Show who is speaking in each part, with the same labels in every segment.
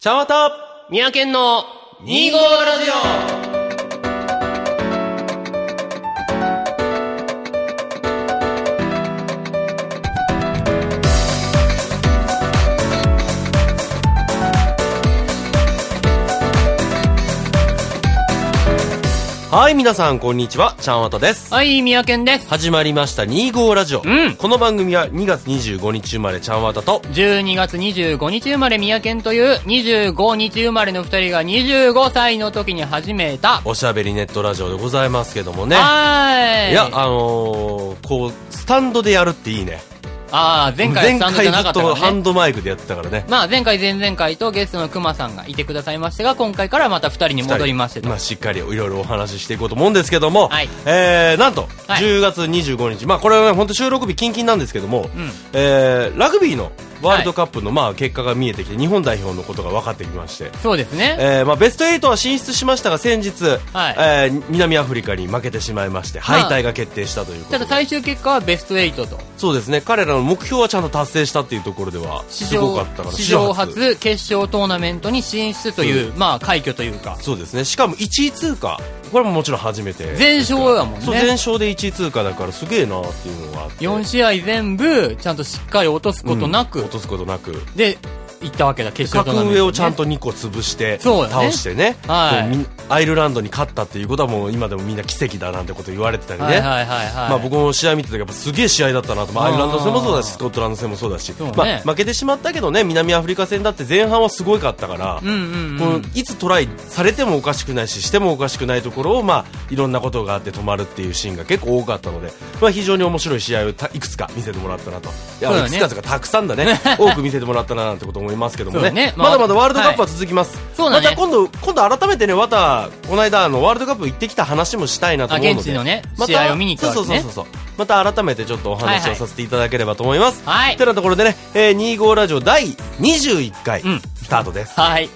Speaker 1: 茶わた
Speaker 2: 三宅県の
Speaker 1: 2
Speaker 2: 2
Speaker 1: 号ラ
Speaker 2: 号ラ
Speaker 1: ジ
Speaker 2: ジ
Speaker 1: はい、皆さん、こんにちは。ちゃんわたです。
Speaker 2: オはい、三宅県です。
Speaker 1: 始まりました、2号ラジオ。
Speaker 2: うん
Speaker 1: この番組は2月25日生まれ、ちゃんわたと、
Speaker 2: 12月25日生まれ三宅県という25日生まれの二人が25歳の時に始めた。
Speaker 1: おしゃべりネットラジオでございますけどもね。
Speaker 2: はーい。
Speaker 1: いや、あのー、こう、スタンドでやるっていいね。
Speaker 2: あー、前回はスタンドじゃな
Speaker 1: ず
Speaker 2: か
Speaker 1: っ
Speaker 2: ったか
Speaker 1: とハ
Speaker 2: ら
Speaker 1: ン
Speaker 2: ね。
Speaker 1: ドマイクでやってたからね。
Speaker 2: まあ前回前々回とゲストの熊さんがいてくださいましたが、今回からまた二人に戻りましてと
Speaker 1: まあ、しっかりいろいろお話ししていこうと思うんですけども、
Speaker 2: はい
Speaker 1: えー、なんと、
Speaker 2: はい
Speaker 1: 10月25日、まあ、これはね、本当収録日キンキンなんですけども、
Speaker 2: ん
Speaker 1: えー、ラグビーのワールドカップの、まあ、結果が見えてきて、日本代表のことが分かってきまして、
Speaker 2: そうですね。
Speaker 1: えーまあ、ベスト8は進出しましたが先日、
Speaker 2: はい
Speaker 1: えー南アフリカに負けてしまいまして
Speaker 2: まあ
Speaker 1: 敗退が決定したということ
Speaker 2: た
Speaker 1: で、
Speaker 2: だ最終結果はベスト8と。
Speaker 1: そうですね彼らの目標はちゃんと達成したっていうところではすごかったから
Speaker 2: 史上初決勝トーナメントに進出という、まあ快挙というか。
Speaker 1: そうですねしかも1位通過これももちろん初めて
Speaker 2: 全勝だもんね
Speaker 1: そう全勝で1位通過だからすげえなっていうのがあって
Speaker 2: 4試合全部、ちゃんとしっかり落とすことなく、
Speaker 1: 落とすことなく
Speaker 2: で、行ったわけだ、決勝トーナ
Speaker 1: 格
Speaker 2: メントにね、
Speaker 1: 上をちゃんと2個潰して
Speaker 2: そうだね
Speaker 1: 倒してね
Speaker 2: はい
Speaker 1: こうみアイルランドに勝ったっていうことはもう今でもみんな奇跡だなんてこと言われてたりね、
Speaker 2: はいはいはいはい。
Speaker 1: まあ、僕も試合見てたけどやっぱすげえ試合だったなと、まあ、ア
Speaker 2: あ
Speaker 1: イ
Speaker 2: ー
Speaker 1: ルランド戦もそうだしスコットランド戦もそうだし
Speaker 2: そうね
Speaker 1: まあ、負けてしまったけどね南アフリカ戦だって前半はすごいかったから、
Speaker 2: うんうん
Speaker 1: こ
Speaker 2: う
Speaker 1: の
Speaker 2: ん。
Speaker 1: いつトライされてもおかしくないししてもおかしくないところを、まあ、いろんなことがあって止まるっていうシーンが結構多かったので、まあ、非常に面白い試合をたいくつか見せてもらったなといや
Speaker 2: そうだ
Speaker 1: い
Speaker 2: ね
Speaker 1: くつかというかたくさんだね 多く見せてもらったななんてこと思いますけども
Speaker 2: そ
Speaker 1: ね
Speaker 2: うだね
Speaker 1: ま
Speaker 2: まあ
Speaker 1: だまだワールドカップは続きます、
Speaker 2: そうだね
Speaker 1: また今度今度改めてねまたこの間あのワールドカップ行ってきた話もしたいなと
Speaker 2: あ、
Speaker 1: 思うので
Speaker 2: 現地のね、
Speaker 1: また
Speaker 2: 試合を見に行ったわけ
Speaker 1: そう
Speaker 2: ね。
Speaker 1: そうそうそうまた改めてちょっとお話
Speaker 2: は
Speaker 1: を
Speaker 2: いはい
Speaker 1: させていただければと思います、
Speaker 2: はい
Speaker 1: てなところでね、えー、25ラジオ第21回、
Speaker 2: うん
Speaker 1: スタートです
Speaker 2: はい。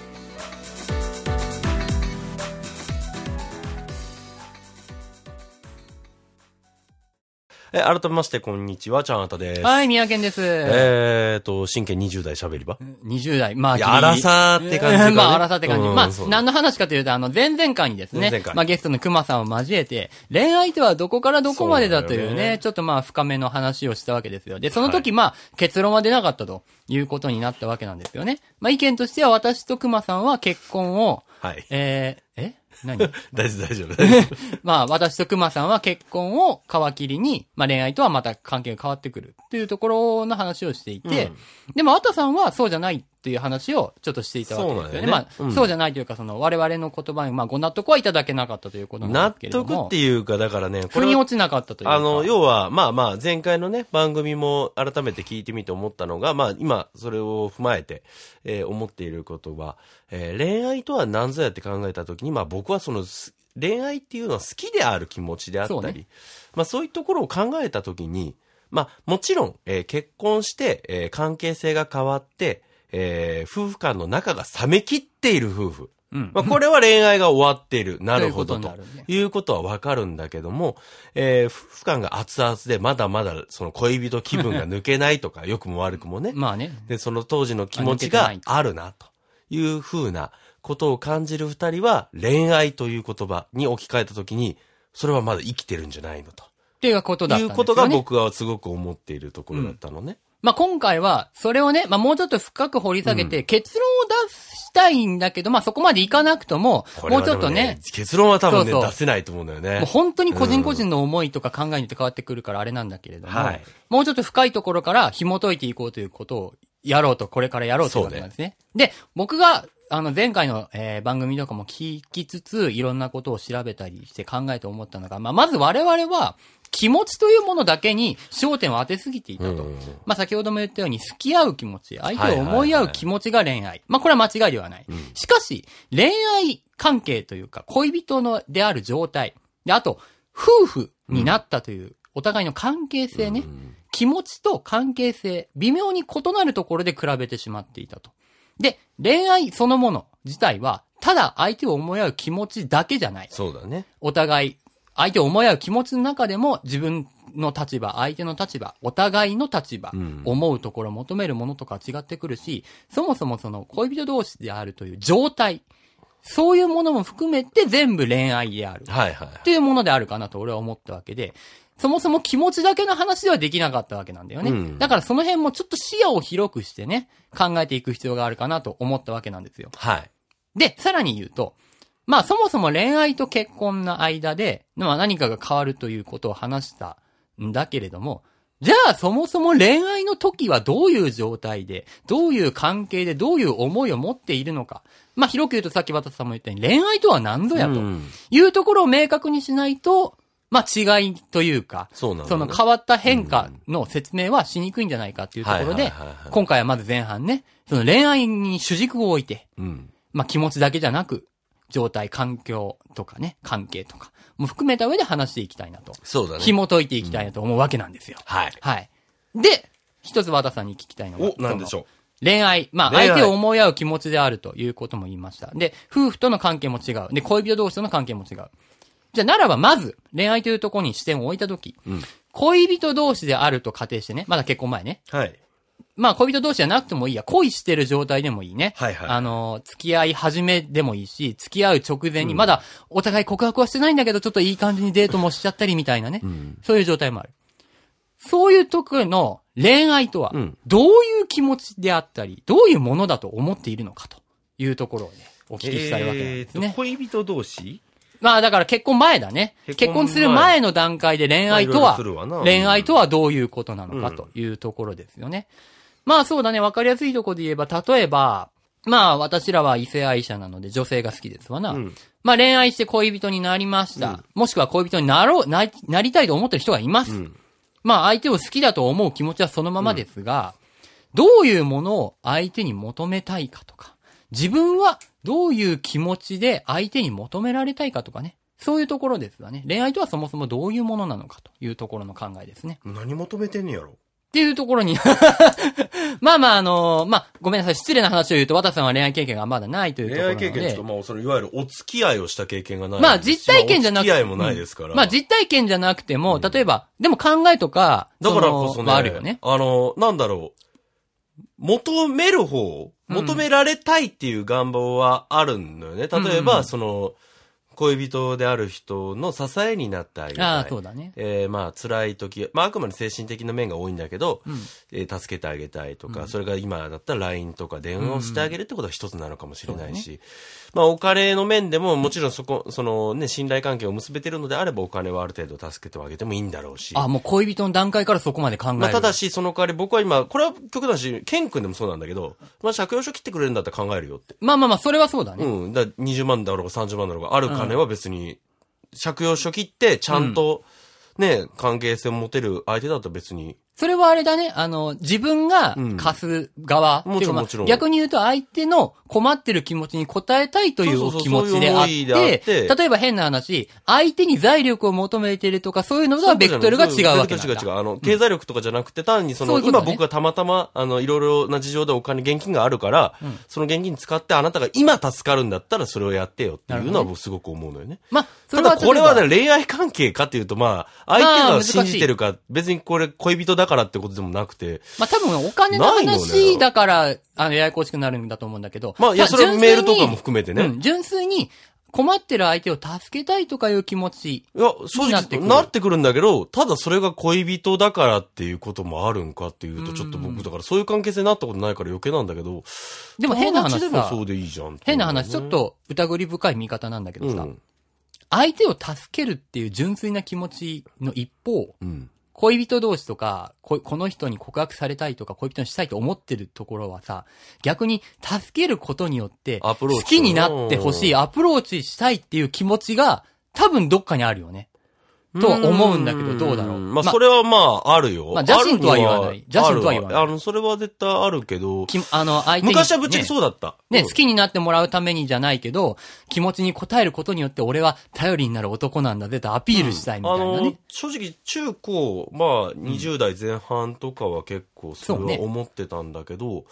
Speaker 1: えー改めましてこんにちはちゃんあたです
Speaker 2: はい、宮健です。
Speaker 1: えーと真剣20代しゃべり場
Speaker 2: 20代、まあ、
Speaker 1: いや
Speaker 2: ギリギリ
Speaker 1: 荒さって感じかね
Speaker 2: うんまあ、荒さって感じ。
Speaker 1: うん
Speaker 2: まあ
Speaker 1: そう、
Speaker 2: 何の話かというと、あの、前々回にです
Speaker 1: 前
Speaker 2: ね
Speaker 1: 々回、
Speaker 2: まあ、ゲストの熊さんを交えて、恋愛とはどこからどこまでだと
Speaker 1: そ
Speaker 2: いうう
Speaker 1: だよね
Speaker 2: ね、ちょっとまあ、深めの話をしたわけですよ。で、その時、まあ、結論は出なかったということになったわけなんですよね。まあ、意見としては、私と熊さんは結婚を、
Speaker 1: はい
Speaker 2: えー、え何
Speaker 1: 大丈夫大丈夫大丈夫
Speaker 2: まあ、私と熊さんは結婚を皮切りに、まあ恋愛とはまた関係が変わってくるっていうところの話をしていて、でも、あたさんはそうじゃないっていう話をちょっとしていたわ
Speaker 1: そうな
Speaker 2: けですよね。
Speaker 1: んだよね
Speaker 2: まあ、
Speaker 1: うん
Speaker 2: そうじゃないというか、その、我々の言葉に、まあ、ご納得はいただけなかったということ なん
Speaker 1: 納
Speaker 2: ですけれども。
Speaker 1: 得っていうかだからねこ
Speaker 2: 腑
Speaker 1: れ
Speaker 2: に
Speaker 1: は
Speaker 2: 落ちなかったというか。
Speaker 1: あの要はまあまあ前回のね番組も改めて聞いてみて思ったのがまあ今それを踏まえて、えー思っていることは、えー恋愛とは何ぞやって考えた時にまあ僕はそのす恋愛っていうのは好きである気持ちであったり
Speaker 2: そうね
Speaker 1: まあ、そういうところを考えた時にまあもちろん、えー結婚して、えー関係性が変わって、えー夫婦間の仲が冷めきっている夫婦
Speaker 2: うん。
Speaker 1: まあ、これは恋愛が終わっている。なるほど。
Speaker 2: ということに
Speaker 1: と
Speaker 2: なるね
Speaker 1: いうことはわかるんだけども、えー、夫婦間が熱々で、まだまだ、その恋人気分が抜けないとか、良くも悪くもね。
Speaker 2: まあね。
Speaker 1: で、その当時の気持ち
Speaker 2: あ抜
Speaker 1: が
Speaker 2: けて
Speaker 1: あるな、というふうなことを感じる二人は、恋愛という言葉に置き換えたときに、それはまだ生きてるんじゃないのと。
Speaker 2: っていうことだった
Speaker 1: い
Speaker 2: ん
Speaker 1: う
Speaker 2: ですよね。
Speaker 1: ことが僕はすごく思っているところだったのね。
Speaker 2: まあ、今回は、それをね、まあ、もうちょっと深く掘り下げて、結論を出したいんだけど、まあ、そこまでいかなくとも、
Speaker 1: これは
Speaker 2: もうちょっと
Speaker 1: で
Speaker 2: ね
Speaker 1: も、結論は多分ね、
Speaker 2: そうそう
Speaker 1: 出せないと思うんだよね
Speaker 2: もう。本当に個人個人の思いとか考えによって変わってくるからあれなんだけれども、
Speaker 1: はい
Speaker 2: もうちょっと深いところから紐解いていこうということをやろうと、これからやろうということなんですね。で、僕が、あの、前回の、えー番組とかも聞きつつ、いろんなことを調べたりして考えて思ったのが、まあ、まず我々は、気持ちというものだけに焦点を当てすぎていたと。
Speaker 1: うん
Speaker 2: まあ、先ほども言ったように、付き合う気持ち、相
Speaker 1: はい
Speaker 2: 手
Speaker 1: は
Speaker 2: を
Speaker 1: いはい
Speaker 2: 思い合う気持ちが恋愛。まあ、これは間違いではない。しかし、恋愛関係というか、恋人のである状態。で、あと、夫婦になったという、お互いの関係性ね。気持ちと関係性、微妙に異なるところで比べてしまっていたと。で、恋愛そのもの自体は、ただ相手を思い合う気持ちだけじゃない。
Speaker 1: そうだね。
Speaker 2: お互い、相手を思い合う気持ちの中でも自分の立場、相手の立場、お互いの立場、
Speaker 1: うん
Speaker 2: 思うところ、求めるものとか違ってくるし、そもそもその恋人同士であるという状態、そういうものも含めて全部恋愛である。
Speaker 1: はいはい。
Speaker 2: っていうものであるかなと俺は思ったわけで、そもそも気持ちだけの話ではできなかったわけなんだよね。
Speaker 1: うん
Speaker 2: だからその辺もちょっと視野を広くしてね、考えていく必要があるかなと思ったわけなんですよ。
Speaker 1: はい。
Speaker 2: で、さらに言うと、まあそもそも恋愛と結婚の間で、まあ何かが変わるということを話したんだけれども、じゃあそもそも恋愛の時はどういう状態で、どういう関係で、どういう思いを持っているのか。まあ広く言うとさっき渡さんも言ったように、恋愛とは何ぞやと。
Speaker 1: うん
Speaker 2: いうところを明確にしないと、まあ違いというか、
Speaker 1: そうなの、ね。
Speaker 2: その変わった変化の説明はしにくいんじゃないかっていうところ
Speaker 1: はい
Speaker 2: で
Speaker 1: はいはいはい、
Speaker 2: 今回はまず前半ね、その恋愛に主軸を置いて、
Speaker 1: うん。
Speaker 2: まあ気持ちだけじゃなく、状態、環境とかね、関係とか、も含めた上で話していきたいなと。
Speaker 1: そうだね。
Speaker 2: 紐解いていきたいなと思うわけなんですよ。
Speaker 1: はい。
Speaker 2: はい。で、一つ和田さんに聞きたいのが
Speaker 1: お、、なんでしょう。
Speaker 2: 恋愛。まあ、
Speaker 1: 恋愛
Speaker 2: 相手を思い合う気持ちであるということも言いました。で、夫婦との関係も違う。で、恋人同士との関係も違う。じゃあ、ならばまず、恋愛というところに視点を置いたとき、
Speaker 1: うん
Speaker 2: 恋人同士であると仮定してね、まだ結婚前ね。
Speaker 1: はい。
Speaker 2: まあ、恋人同士じゃなくてもいいや。恋してる状態でもいいね。
Speaker 1: はいはい
Speaker 2: あの、付き合い始めでもいいし、付き合う直前に、まだお互い告白はしてないんだけど、ちょっといい感じにデートもしちゃったりみたいなね。
Speaker 1: ん
Speaker 2: そういう状態もある。そういう時の恋愛とは
Speaker 1: うん、
Speaker 2: どういう気持ちであったり、どういうものだと思っているのかというところをね、お聞きしたいわけなんです
Speaker 1: えー
Speaker 2: ね
Speaker 1: と。恋人同士
Speaker 2: まあだから結婚前だね。
Speaker 1: 結
Speaker 2: 結
Speaker 1: 婚前
Speaker 2: 婚する前の段階で恋愛と
Speaker 1: まあ
Speaker 2: は、
Speaker 1: いろいろするわな
Speaker 2: 恋愛とはどういうことなのかというところですよね。まあそうだね、わかりやすいところで言えば、例えば、まあ私らは異性愛者なので女性が好きですわな。
Speaker 1: ん
Speaker 2: まあ恋愛して恋人になりました。もしくは恋人になろう、な、なりたいと思ってる人がいます。
Speaker 1: ん
Speaker 2: まあ相手を好きだと思う気持ちはそのままですが、どういうものを相手に求めたいかとか、自分はどういう気持ちで相手に求められたいかとかね。そういうところですわね。恋愛とはそもそもどういうものなのかというところの考えですね。
Speaker 1: 何求めてんのやろ
Speaker 2: っていうところに、 まあまああのまあごめんなさい、失礼な話を言うと、渡さんは恋愛経験がまだないというと
Speaker 1: 恋
Speaker 2: ころな
Speaker 1: 愛
Speaker 2: の
Speaker 1: 経
Speaker 2: で。
Speaker 1: 験ちょっと、まあ、その、いわゆるお付き合いをした経験がない。
Speaker 2: まあ実体験じゃなく
Speaker 1: まあお付き合いもないですから。
Speaker 2: まあ実体験じゃなくても、例えば、でも考えとか、
Speaker 1: だからこそ
Speaker 2: の
Speaker 1: ね、
Speaker 2: はあるよね。
Speaker 1: あの、なんだろう。求める方、求められたいっていう願望はあるんだよね。例え
Speaker 2: うんう
Speaker 1: ば、
Speaker 2: ん
Speaker 1: その、恋人である人の支えになってあげたい。
Speaker 2: ああ、そうだね。
Speaker 1: えーまあ、辛い時、まあ、あくまで精神的な面が多いんだけど、
Speaker 2: うん。
Speaker 1: えー助けてあげたいとか、それが今だったら LINE とか電話をしてあげるってことは一つなのかもしれないし、まあ、お金の面でも、もちろんそこ、そのね、信頼関係を結べてるのであれば、お金はある程度助けてあげてもいいんだろうし。
Speaker 2: あ、もう恋人の段階からそこまで考える。
Speaker 1: まあ、ただし、その代わり僕は今、これは極端だし、ケン君でもそうなんだけど、まあ、借用書切ってくれるんだったら考えるよって。
Speaker 2: まあまあまあ、それはそうだね。
Speaker 1: うん。だから20万だろうが30万だろうが、ある金は別に、借用書切って、ちゃんと、ね、関係性を持てる相手だったら別に、
Speaker 2: それはあれだね、あの、自分が
Speaker 1: うん
Speaker 2: 貸す側。
Speaker 1: もちろん
Speaker 2: っていうかまあ
Speaker 1: もちろん
Speaker 2: 逆に言うと相手の困ってる気持ちに応えたいとい
Speaker 1: そう
Speaker 2: う
Speaker 1: そうそう
Speaker 2: 気持ちであっ
Speaker 1: そういう思い
Speaker 2: て、
Speaker 1: であって
Speaker 2: 例えば変な話、相手に財力を求めてるとかそういうのとはベクトルが違うわけなん
Speaker 1: ベクトルが違
Speaker 2: だ。
Speaker 1: う。あの、経済力とかじゃなくて、単にその、
Speaker 2: そういうこと
Speaker 1: 今
Speaker 2: ね
Speaker 1: 僕がたまたま、あの、いろいろな事情でお金、現金があるから、その現金使って、あなたが今助かるんだったらそれをやってよっていうのは僕すごく思うのよね。
Speaker 2: まあ、そ
Speaker 1: た
Speaker 2: れは
Speaker 1: だこれは
Speaker 2: 例え
Speaker 1: ね、恋愛関係かっていうと、まあ、相
Speaker 2: まあ
Speaker 1: 手
Speaker 2: 難
Speaker 1: が
Speaker 2: しい
Speaker 1: 信じてるか、別にこれ恋人だからってことでもなくて、
Speaker 2: ばまあ多分お金の
Speaker 1: ないの
Speaker 2: 話
Speaker 1: ね
Speaker 2: だから、あの、ややこしくなるんだと思うんだけど。
Speaker 1: まあ、いや、
Speaker 2: た
Speaker 1: それはメールと
Speaker 2: 純粋
Speaker 1: か
Speaker 2: に
Speaker 1: も含めてね。
Speaker 2: うん、純粋に困ってる相手を助けたいとかいう気持ち。
Speaker 1: いや、正
Speaker 2: になって
Speaker 1: 直、
Speaker 2: くる
Speaker 1: なってくるんだけど、ただそれが恋人だからっていうこともあるんかっていうと、ちょっと僕、だからそういう関係性になったことないから余計なんだけど、
Speaker 2: でも変な話
Speaker 1: 友達でも
Speaker 2: さ、
Speaker 1: そうでいいじゃん。
Speaker 2: 変な話、ちょっ、と疑り深い見方なんだけ
Speaker 1: う
Speaker 2: どさ、
Speaker 1: ん。
Speaker 2: 相手を助けるっていう純粋な気持ちの一方、
Speaker 1: うん。
Speaker 2: 恋人同士とか、ここの人に告白されたいとか、恋人にしたいと思ってるところはさ、逆に助けることによって、
Speaker 1: アプ
Speaker 2: 好
Speaker 1: ローチ
Speaker 2: きになってほしい、
Speaker 1: うん
Speaker 2: アプローチしたいっていう気持ちが、多分どっかにあるよね。とは思うんだけどどうだろう
Speaker 1: まあ、
Speaker 2: まあ
Speaker 1: それはまあ、あるよ。
Speaker 2: まあ邪神とは言わない
Speaker 1: あるの
Speaker 2: 邪神とは言わない
Speaker 1: あるあの、それは絶対あるけど、
Speaker 2: きあの、相手に、
Speaker 1: 昔はぶっちゃけ
Speaker 2: ね
Speaker 1: そうだった。
Speaker 2: ね、
Speaker 1: うん
Speaker 2: 好きになってもらうためにじゃないけど、気持ちに応えることによって俺は頼りになる男なんだぜとアピールしたいみた
Speaker 1: あ
Speaker 2: いな
Speaker 1: の
Speaker 2: ね。、
Speaker 1: 正直、中高、まあ、20代前半とかは結構、それは思ってたんだけど、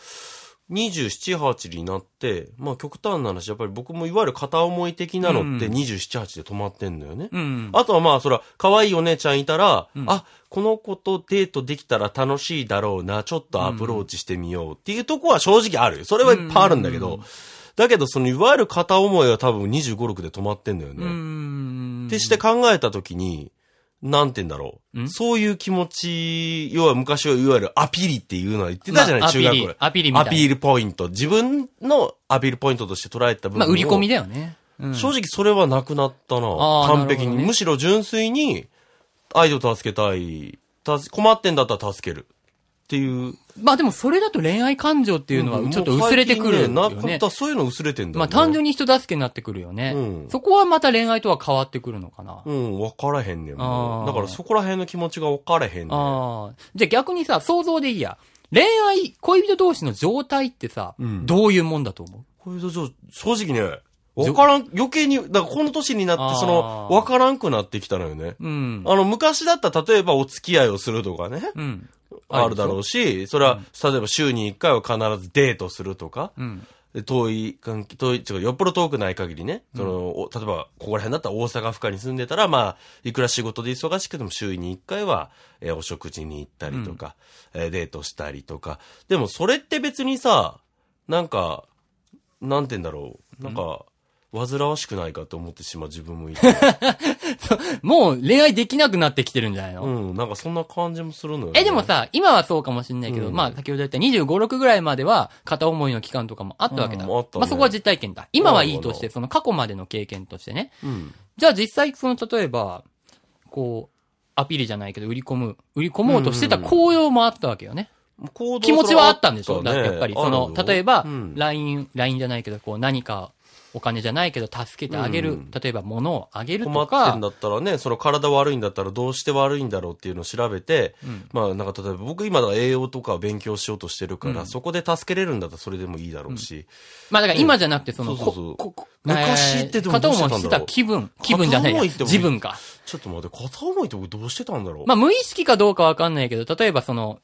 Speaker 1: 27、8になって、まあ極端な話、やっぱり僕もいわゆる片思い的なのって
Speaker 2: う
Speaker 1: 27、8で止まってんだよね。
Speaker 2: うん。
Speaker 1: あとはまあ、そら、可愛いお姉ちゃんいたら、
Speaker 2: うん
Speaker 1: あ、この子とデートできたら楽しいだろうな、ちょっとアプローチしてみようっていうとこは正直あるよ。それはいっぱいあるんだけど、だけどそのいわゆる片思いは多分25、6で止まってんだよね。
Speaker 2: うん。
Speaker 1: ってして考えたときに、なんて言うんだろう。
Speaker 2: ん
Speaker 1: そういう気持ち、要は昔はいわゆるアピリっていうのは言ってたじゃない、
Speaker 2: まあ
Speaker 1: 中学
Speaker 2: アピ
Speaker 1: 校
Speaker 2: リアピリみたいな
Speaker 1: アピールポイント。自分のアピールポイントとして捉えた部分
Speaker 2: まあ、
Speaker 1: を
Speaker 2: 売り込みだよね。うん
Speaker 1: 正直それはなくなったな。
Speaker 2: あー
Speaker 1: 完璧に、
Speaker 2: なるほどね
Speaker 1: むしろ純粋に、アイドル助けたい。たす困ってんだったら助ける。っていう。
Speaker 2: まあでもそれだと恋愛感情っていうのはちょっと薄れてくるよ
Speaker 1: もう最
Speaker 2: ね。
Speaker 1: 近ねなかった、そういうの薄れてんだよね
Speaker 2: まあ単純に人助けになってくるよね。
Speaker 1: うん
Speaker 2: そこはまた恋愛とは変わってくるのかな。
Speaker 1: うん、分からへんねんも
Speaker 2: あ
Speaker 1: う。
Speaker 2: ー
Speaker 1: だからそこら辺の気持ちが分からへんねん。
Speaker 2: ああ。じゃあ逆にさ、想像でいいや。恋愛、恋人同士の状態ってさ、
Speaker 1: ん
Speaker 2: どういうもんだと思う
Speaker 1: こういう土壌、正直ね、わからん、余計に、だからこの年になっ
Speaker 2: あ
Speaker 1: て、
Speaker 2: ー
Speaker 1: その、わからんくなってきたのよね。
Speaker 2: うん。
Speaker 1: あの、昔だったら、例えばお付き合いをするとかね、
Speaker 2: うん。
Speaker 1: あるだろうし、それは、例えば週に1回は必ずデートするとか、
Speaker 2: うん。
Speaker 1: で遠い関係、遠い、違う、よっぽど遠くない限りね、その、お例えば、ここら辺だったら大阪府下に住んでたら、まあ、いくら仕事で忙しくても週に1回は、えーお食事に行ったりとか、えーデートしたりとか。でも、それって別にさ、なんか、なんて言うんだろう。なんか、煩わしくないかと思ってしまう自分もいて。
Speaker 2: もう恋愛できなくなってきてるんじゃないの、
Speaker 1: うん、なんかそんな感じもするのよ、ね。
Speaker 2: え、でも、さ、今はそうかもしんないけど、
Speaker 1: うん
Speaker 2: まあ、先ほど言った25、6ぐらいまでは、片思いの期間とかもあったわけだ。
Speaker 1: うんあったね
Speaker 2: まあ、そこは実体験だ。今はいいと
Speaker 1: な
Speaker 2: し
Speaker 1: る
Speaker 2: て、その過去までの経験としてね。
Speaker 1: うん。
Speaker 2: じゃあ実際、その、例えば、こう、アピールじゃないけど、売り込む、売り込もうとしてた効用もあったわけよね。
Speaker 1: 行動
Speaker 2: 気持ちはあったんでしょ、だってやっぱり、その、例えば
Speaker 1: うん
Speaker 2: LINE、LINE じゃないけど、こう、何か、お金じゃないけど、助けてあげる。
Speaker 1: うん
Speaker 2: 例えば、物をあげる
Speaker 1: 困
Speaker 2: と
Speaker 1: って
Speaker 2: か
Speaker 1: ん、だったらね、その体悪いんだったらどうして悪いんだろうっていうのを調べて、
Speaker 2: うん
Speaker 1: まあなんか例えば僕今だから栄養とかを勉強しようとしてるから、
Speaker 2: うん
Speaker 1: そこで助けれるんだったらそれでもいいだろうし、
Speaker 2: まあだから今じゃなくて、その、
Speaker 1: そうそうそう
Speaker 2: ここ
Speaker 1: 昔ってでもどうしてたんだろう
Speaker 2: 片思いしてた気分、気分じゃな
Speaker 1: 片
Speaker 2: いや
Speaker 1: 思いっても
Speaker 2: 自分か。
Speaker 1: ちょっと待って、片思いって僕どうしてたんだろう、
Speaker 2: まあ無意識かどうかわかんないけど、例えばその、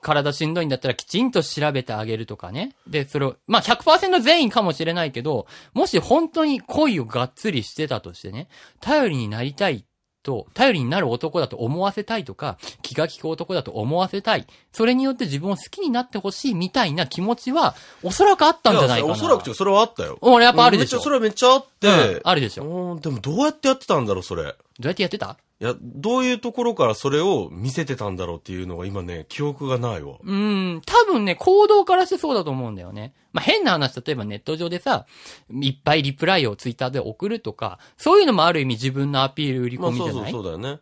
Speaker 2: 体しんどいんだったらきちんと調べてあげるとかね。で、それを、まあ100%全員かもしれないけど、もし本当に恋をがっつりしてたとしてね、頼りになりたいと、頼りになる男だと思わせたいとか、気が利く男だと思わせたい。それによって自分を好きになってほしいみたいな気持ちは、おそらくあったんじゃないかな。
Speaker 1: やおそらくっていうかそれはあったよ。
Speaker 2: 俺やっぱあるでしょ
Speaker 1: めっちゃそれはめっちゃあって、
Speaker 2: うんあるでしょ。ど
Speaker 1: うんでもどうやってやってたんだろう、それ。
Speaker 2: うやってやってた
Speaker 1: いや、どういうところからそれを見せてたんだろうっていうのが今ね、記憶がないわ。
Speaker 2: うーん、多分ね、行動からしてそうだと思うんだよね。まあ、変な話、例えばネット上でさ、いっぱいリプライをツイッターで送るとか、そういうのもある意味自分のアピール売り
Speaker 1: ま
Speaker 2: 込
Speaker 1: あ
Speaker 2: みじゃ
Speaker 1: そう
Speaker 2: ない、
Speaker 1: そ
Speaker 2: ま
Speaker 1: う
Speaker 2: あ、
Speaker 1: そうだよね。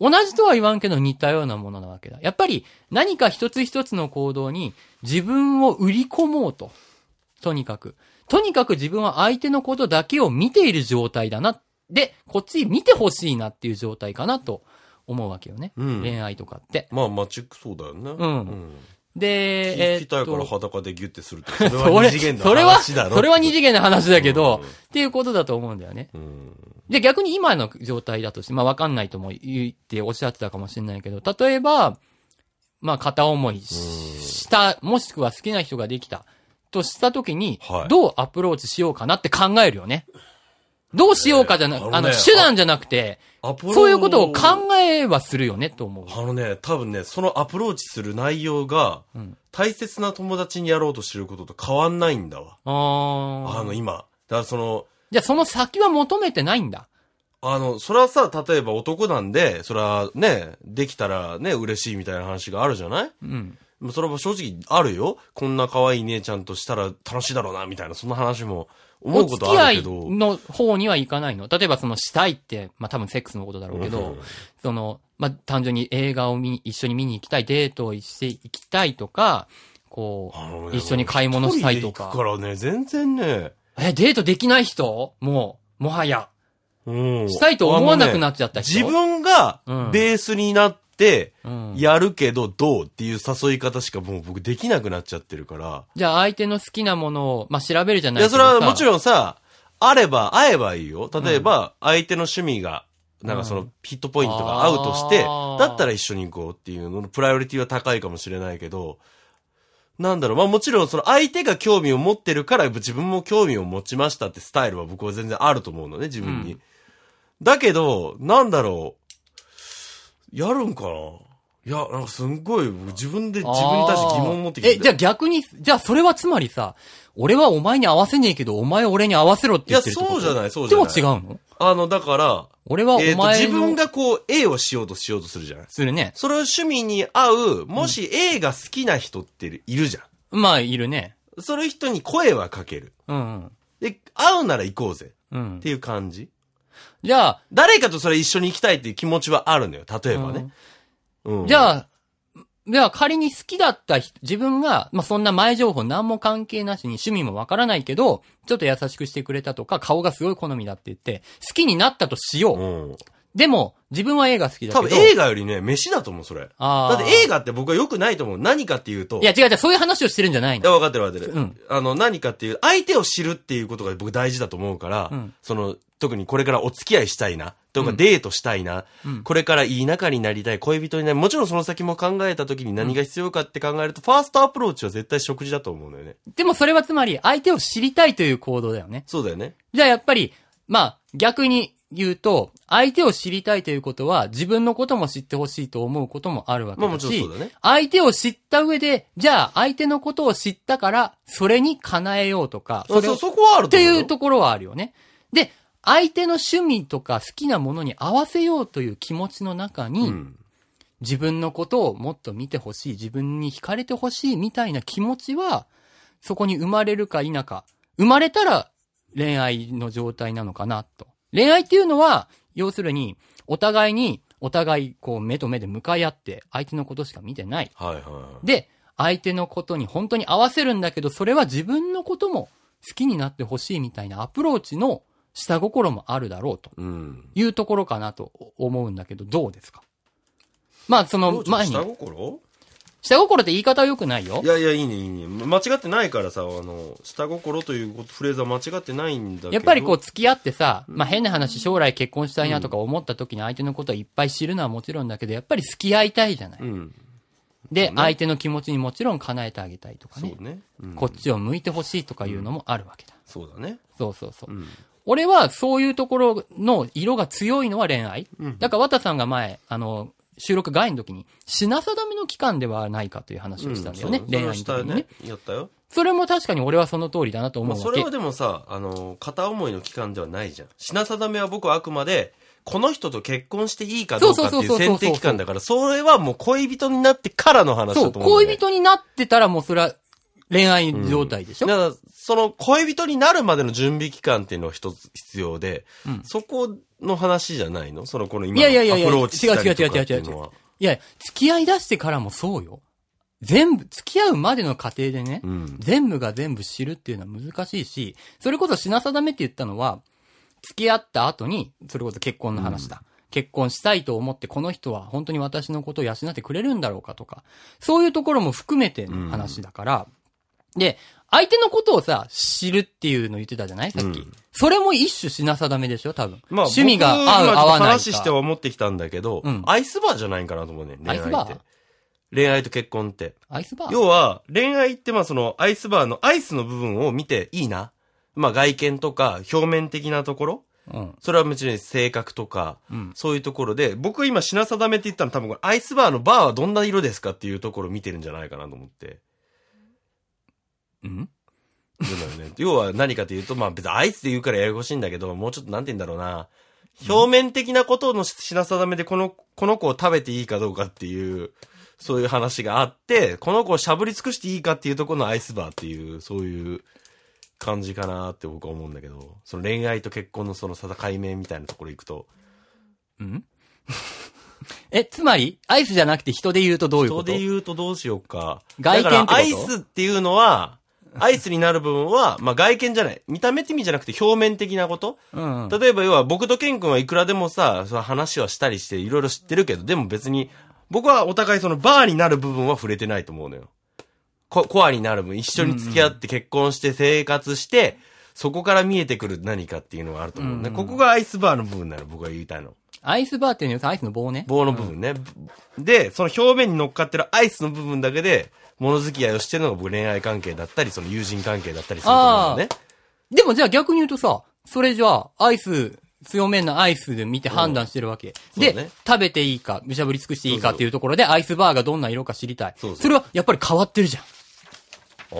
Speaker 2: 同じとは言わんけど似たようなものなわけだ。やっぱり何か一つ一つの行動に自分を売り込もうと。とにかく。とにかく自分は相手のことだけを見ている状態だな。で、こっち見てほしいなっていう状態かなと思うわけよね。
Speaker 1: うん
Speaker 2: 恋愛とかって。
Speaker 1: まあマチックそうだよね。
Speaker 2: うんで、
Speaker 1: 聞
Speaker 2: えー
Speaker 1: き
Speaker 2: っと
Speaker 1: たいから裸でギュッてするって、それ
Speaker 2: そ
Speaker 1: は
Speaker 2: れ、
Speaker 1: 二次元の
Speaker 2: それは、
Speaker 1: 話だろ。
Speaker 2: それは二次元の話だけど、
Speaker 1: うん
Speaker 2: っていうことだと思うんだよね。
Speaker 1: うん
Speaker 2: で、逆に今の状態だとして、まあわかんないとも言っておっしゃってたかもしれないけど、例えば、まあ片思いし
Speaker 1: うん
Speaker 2: した、もしくは好きな人ができた、としたときに、
Speaker 1: はい
Speaker 2: どうアプローチしようかなって考えるよね。どうしようかじゃなく、
Speaker 1: えーあ
Speaker 2: あ
Speaker 1: の
Speaker 2: の、
Speaker 1: ね
Speaker 2: 手段じゃなくて、
Speaker 1: アプロー
Speaker 2: そういうことを考えはするよね、と思う。
Speaker 1: あのね、多分ね、そのアプローチする内容が、
Speaker 2: うん
Speaker 1: 大切な友達にやろうとしてることと変わんないんだわ。あ
Speaker 2: あ
Speaker 1: の、
Speaker 2: あ。
Speaker 1: 今。だからその、
Speaker 2: じゃあその先は求めてないんだ。
Speaker 1: あの、それはさ、例えば男なんで、それはね、できたらね、嬉しいみたいな話があるじゃない
Speaker 2: うん。
Speaker 1: まあそれは正直あるよ。こんな可愛い姉ちゃんとしたら楽しいだろうな、みたいな、そんな話も思
Speaker 2: お
Speaker 1: うこと
Speaker 2: 付き
Speaker 1: あ
Speaker 2: 合
Speaker 1: るけ
Speaker 2: い
Speaker 1: ど。
Speaker 2: の方にはいかないの例えばそのしたいって、まあ多分セックスのことだろうけ
Speaker 1: う
Speaker 2: ど、
Speaker 1: ん
Speaker 2: その、まあ単純に映画を見に、一緒に見に行きたい、デートをしていきたいとか、こ
Speaker 1: あの
Speaker 2: う、
Speaker 1: ね
Speaker 2: 一緒に買い物したいと
Speaker 1: 一人で
Speaker 2: か。
Speaker 1: 行くからね、全然ね、
Speaker 2: え、デートできない人もう、もはや、
Speaker 1: うん
Speaker 2: したいと思わなくなっちゃった人。
Speaker 1: 自分がベースになって、
Speaker 2: うん、
Speaker 1: やるけどどうっていう誘い方しかもう僕できなくなっちゃってるから。
Speaker 2: じゃあ相手の好きなものを、まあ調べるじゃない
Speaker 1: いや、それはもち
Speaker 2: ろん。
Speaker 1: ろんさ、あれば、会えばいいよ。例えば、相手の趣味が、なんかその、ヒットポイントが合うとして
Speaker 2: あ、ー
Speaker 1: だったら一緒に行こうっていうのの、プライオリティは高いかもしれないけど、なんだろう、まあもちろんその相手が興味を持ってるから自分も興味を持ちましたってスタイルは僕は全然あると思うのね、自分に。
Speaker 2: う
Speaker 1: だけど、なんだろう、やるんかないや、なんかすんごい僕自分で自分に対して疑問を持ってきて。
Speaker 2: え、じゃあ逆に、じゃあそれはつまりさ、俺はお前に合わせねえけど、お前俺に合わせろっ
Speaker 1: い
Speaker 2: て言
Speaker 1: や、
Speaker 2: ってるってこと
Speaker 1: そうじゃない、そうじ
Speaker 2: で
Speaker 1: ゃな
Speaker 2: も
Speaker 1: い。
Speaker 2: 違うの
Speaker 1: あの、だから、
Speaker 2: 俺はお
Speaker 1: え
Speaker 2: 前
Speaker 1: っ、
Speaker 2: の、
Speaker 1: と、自分がこう、A をしようとしようとするじゃない
Speaker 2: するね。
Speaker 1: それを趣味に合う、もし A が好きな人っているじゃ
Speaker 2: まあ、いるね。
Speaker 1: ん。その人に声はかける。
Speaker 2: うん
Speaker 1: で、会うなら行こうぜ。
Speaker 2: うん。うん
Speaker 1: って。いう感じ。
Speaker 2: じゃあ、
Speaker 1: 誰かとそれ一緒に行きたいっていう気持ちはあるのよ。例えば
Speaker 2: う
Speaker 1: ね
Speaker 2: ん。
Speaker 1: うん
Speaker 2: じゃあ、じゃあ仮に好きだった人自分が、まあ、そんな前情報何も関係なしに趣味もわからないけど、ちょっと優しくしてくれたとか、顔がすごい好みだって言って、好きになったとしよう。
Speaker 1: うん。
Speaker 2: でも、自分は映画好きだけ
Speaker 1: 多
Speaker 2: ど。
Speaker 1: 分映画よりね、飯だと思う、それ。
Speaker 2: あ
Speaker 1: だ
Speaker 2: ー
Speaker 1: って映画って僕は良くないと思う。何かっていうと。
Speaker 2: いや、違う違う、そういう話をしてるんじゃない
Speaker 1: いや、
Speaker 2: の。
Speaker 1: 分かってる分かってる。
Speaker 2: うん
Speaker 1: あの、何かっていう、相手を知るっていうことが僕大事だと思うから、
Speaker 2: うん
Speaker 1: その、特にこれからお付き合いしたいな、とか
Speaker 2: うん
Speaker 1: デートしたいな、
Speaker 2: うん
Speaker 1: これからいい仲になりたい、恋人になり、もちろんその先も考えた時に何が必要かって考えると、ファーストアプローチは絶対食事だと思うのよね。
Speaker 2: でもそれはつまり、相手を知りたいという行動だよね。
Speaker 1: そうだよね。
Speaker 2: じゃあやっぱり、まあ、逆に言うと、相手を知りたいということは、自分のことも知ってほしいと思うこともあるわけ
Speaker 1: まあも
Speaker 2: だ
Speaker 1: ちろん
Speaker 2: し
Speaker 1: そう、だね。
Speaker 2: 相手を知った上で、じゃあ相手のことを知ったから、それに叶えようとか、
Speaker 1: そ
Speaker 2: れを
Speaker 1: そ、そこはある
Speaker 2: っ
Speaker 1: と
Speaker 2: て
Speaker 1: 思うよ。
Speaker 2: いうところはあるよね。で、相手の趣味とか好きなものに合わせようという気持ちの中に、
Speaker 1: うん。
Speaker 2: 自分のことをもっと見てほしい、自分に惹かれてほしいみたいな気持ちは、そこに生まれるか否か。生まれたら恋愛の状態なのかなと。恋愛っていうのは、要するに、お互いに、お互いこう目と目で向かい合って、相手のことしか見てない。
Speaker 1: はいはいはい。
Speaker 2: で、相手のことに本当に合わせるんだけど、それは自分のことも好きになってほしいみたいなアプローチの下心もあるだろうと
Speaker 1: うん。
Speaker 2: いうところかなと思うんだけど、どうですかまあ、その前に
Speaker 1: 下、心
Speaker 2: 下心って言い方は良くないよ
Speaker 1: い。やいや、いいね、いいね。間違ってないからさ、あの、下心ということフレーズは間違ってないんだけど。
Speaker 2: やっぱりこう付き合ってさ、まあ変な話、将来結婚したいなとか思った時に相手のことをいっぱい知るのはもちろんだけど、やっぱり付き合いたいじゃない。
Speaker 1: うん。
Speaker 2: で、相手の気持ちにもちろん叶えてあげたいとか
Speaker 1: そ
Speaker 2: ね
Speaker 1: う。ね。うん
Speaker 2: こっちを向いてほしいとかいうのもあるわけだ。
Speaker 1: そうだね。
Speaker 2: そうそうそう
Speaker 1: う。ん。
Speaker 2: 俺はそういうところの色が強いのは恋愛。だから、綿さんが前、あの、収録外の時に、品定めの期間ではないかという話をしたんだよね。
Speaker 1: うん
Speaker 2: 恋愛の時
Speaker 1: そうそれはした
Speaker 2: にね
Speaker 1: ね。やったよ。
Speaker 2: それも確かに俺はその通りだなと思
Speaker 1: まあ、
Speaker 2: う
Speaker 1: そ
Speaker 2: わ
Speaker 1: れ
Speaker 2: け。
Speaker 1: はでもさ、あの、片思いの期間ではないじゃん。品定めは僕はあくまで、この人と結婚していいかどうかって
Speaker 2: そう
Speaker 1: い
Speaker 2: そううそうそうそう
Speaker 1: 選定期間だから、それはもう恋人になってからの話
Speaker 2: そ
Speaker 1: だ
Speaker 2: う、
Speaker 1: と思うんだ
Speaker 2: 恋
Speaker 1: よね。
Speaker 2: 人になってたらもうそれは恋愛状態でしょ、
Speaker 1: だから、その恋人になるまでの準備期間っていうのは一つ必要で、
Speaker 2: うん
Speaker 1: そこの話じゃないのその、この今
Speaker 2: い
Speaker 1: のア
Speaker 2: やいやいやいや
Speaker 1: プローチしたりとかっていうのは。
Speaker 2: いや、付き合い出してからもそうよ。全部、付き合うまでの過程でね、
Speaker 1: うん。
Speaker 2: 全部が全部知るっていうのは難しいし、それこそ品定めって言ったのは、付き合った後に、それこそ結婚の話だ。結婚したいと思って、この人は本当に私のことを養ってくれるんだろうかとか、そういうところも含めての話だから、で、相手のことをさ、知るっていうの言ってたじゃないさっき。
Speaker 1: うん
Speaker 2: それも一種品定めでしょ多分。
Speaker 1: まあ、
Speaker 2: 趣味が
Speaker 1: 僕今
Speaker 2: 合う
Speaker 1: ちょっと
Speaker 2: 合わないか。
Speaker 1: 話しては思ってきたんだけど、
Speaker 2: うん
Speaker 1: アイスバーじゃないんかなと思うね。恋愛って。
Speaker 2: アイスバー
Speaker 1: 恋愛と結婚って。
Speaker 2: アイスバー
Speaker 1: 要は、恋愛ってまあそのアイスバーのアイスの部分を見ていいな。まあ外見とか表面的なところ
Speaker 2: うん。
Speaker 1: それはもちろん性格とか、
Speaker 2: うん。
Speaker 1: そういうところで、僕今品定めって言ったの多分これアイスバーのバーはどんな色ですかっていうところを見てるんじゃないかなと思って。
Speaker 2: うん
Speaker 1: そうだよね。 要は何かというと、まあ別にアイスで言うからややこしいんだけど、もうちょっとなんて言うんだろうな。表面的なことの品定めでこの、この子を食べていいかどうかっていう、そういう話があって、この子をしゃぶり尽くしていいかっていうところのアイスバーっていう、そういう感じかなって僕は思うんだけど、その恋愛と結婚のその境目みたいなところ行くと、
Speaker 2: うんえ、つまり、アイスじゃなくて人で言うとどういうこ
Speaker 1: 人
Speaker 2: と
Speaker 1: で言うとどうしようか。
Speaker 2: 外見ってこ
Speaker 1: だ
Speaker 2: と
Speaker 1: からアイスっていうのは、アイスになる部分は、まあ外見じゃない。見た目って意味じゃなくて表面的なこと
Speaker 2: うんうん。
Speaker 1: 例えば要は僕とケン君はいくらでもさ、その話はしたりしていろいろ知ってるけど、でも別に、僕はお互いそのバーになる部分は触れてないと思うのよ。ココアになる分、一緒に付き合って結婚して生活して、そこから見えてくる何かっていうのはあると思うね。
Speaker 2: うん
Speaker 1: ここがアイスバーの部分なの、僕が言いたいの。
Speaker 2: アイスバーっていうのはアイスの棒ね。
Speaker 1: 棒の部分ね。で、その表面に乗っかってるアイスの部分だけで、物付き合いをしてるのが僕恋愛関係だったり、その友人関係だったりすると思うんだよね。
Speaker 2: でもじゃあ逆に言うとさ、それじゃあ、アイス、強めなアイスで見て判断してるわけ。
Speaker 1: うん
Speaker 2: で、
Speaker 1: そうね
Speaker 2: 食べていいか、むしゃぶり尽くしていいかっていうところで、アイスバーがどんな色か知りたい。
Speaker 1: そうそう
Speaker 2: れはやっぱり変わってるじゃん。
Speaker 1: あ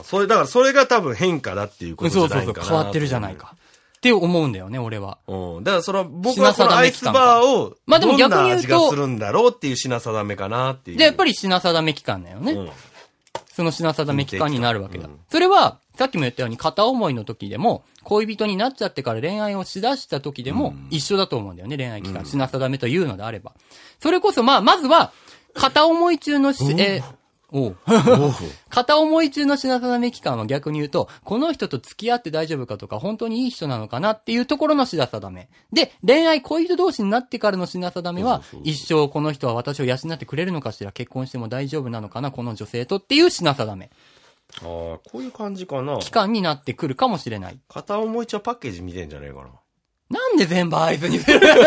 Speaker 1: あ、それ、だからそれが多分変化だっていうことじ
Speaker 2: そう
Speaker 1: ゃ
Speaker 2: そ
Speaker 1: な
Speaker 2: う
Speaker 1: い
Speaker 2: そ
Speaker 1: か
Speaker 2: う、
Speaker 1: な。
Speaker 2: 変わってるじゃない。か。って思うんだよね、俺は。
Speaker 1: うん。だからその、僕
Speaker 2: 品
Speaker 1: はこ
Speaker 2: 定
Speaker 1: の
Speaker 2: め
Speaker 1: アイスバーを、
Speaker 2: まあでも逆に言うと
Speaker 1: どんな味がするんだろうっていう品定めかなっていう。
Speaker 2: で、やっぱ
Speaker 1: り、
Speaker 2: り品定め期間だよね。
Speaker 1: うん。
Speaker 2: その品定め期間になるわけだ。
Speaker 1: うん
Speaker 2: それは、さっきも言ったように片思いの時でも、恋人になっちゃってから恋愛をしだした時でも、一緒だと思うんだよね、恋愛期間。品定めというのであれば。それこそ、まあ、まずは、片思い中のし、えー、おう 片思い中の品定め期間は逆に言うと、この人と付き合って大丈夫かとか、本当にいい人なのかなっていうところの品定め。で、恋愛恋人同士になってからの品定めは、一生この人は私を養ってくれるのかしら、結婚しても大丈夫なのかな、この女性とっていう品定め。
Speaker 1: ああ、こういう感じかな。
Speaker 2: 期間になってくるかもしれない。
Speaker 1: 片思いちゃパッケージ見てんじゃねえかな。
Speaker 2: なんで全部合図にする わかん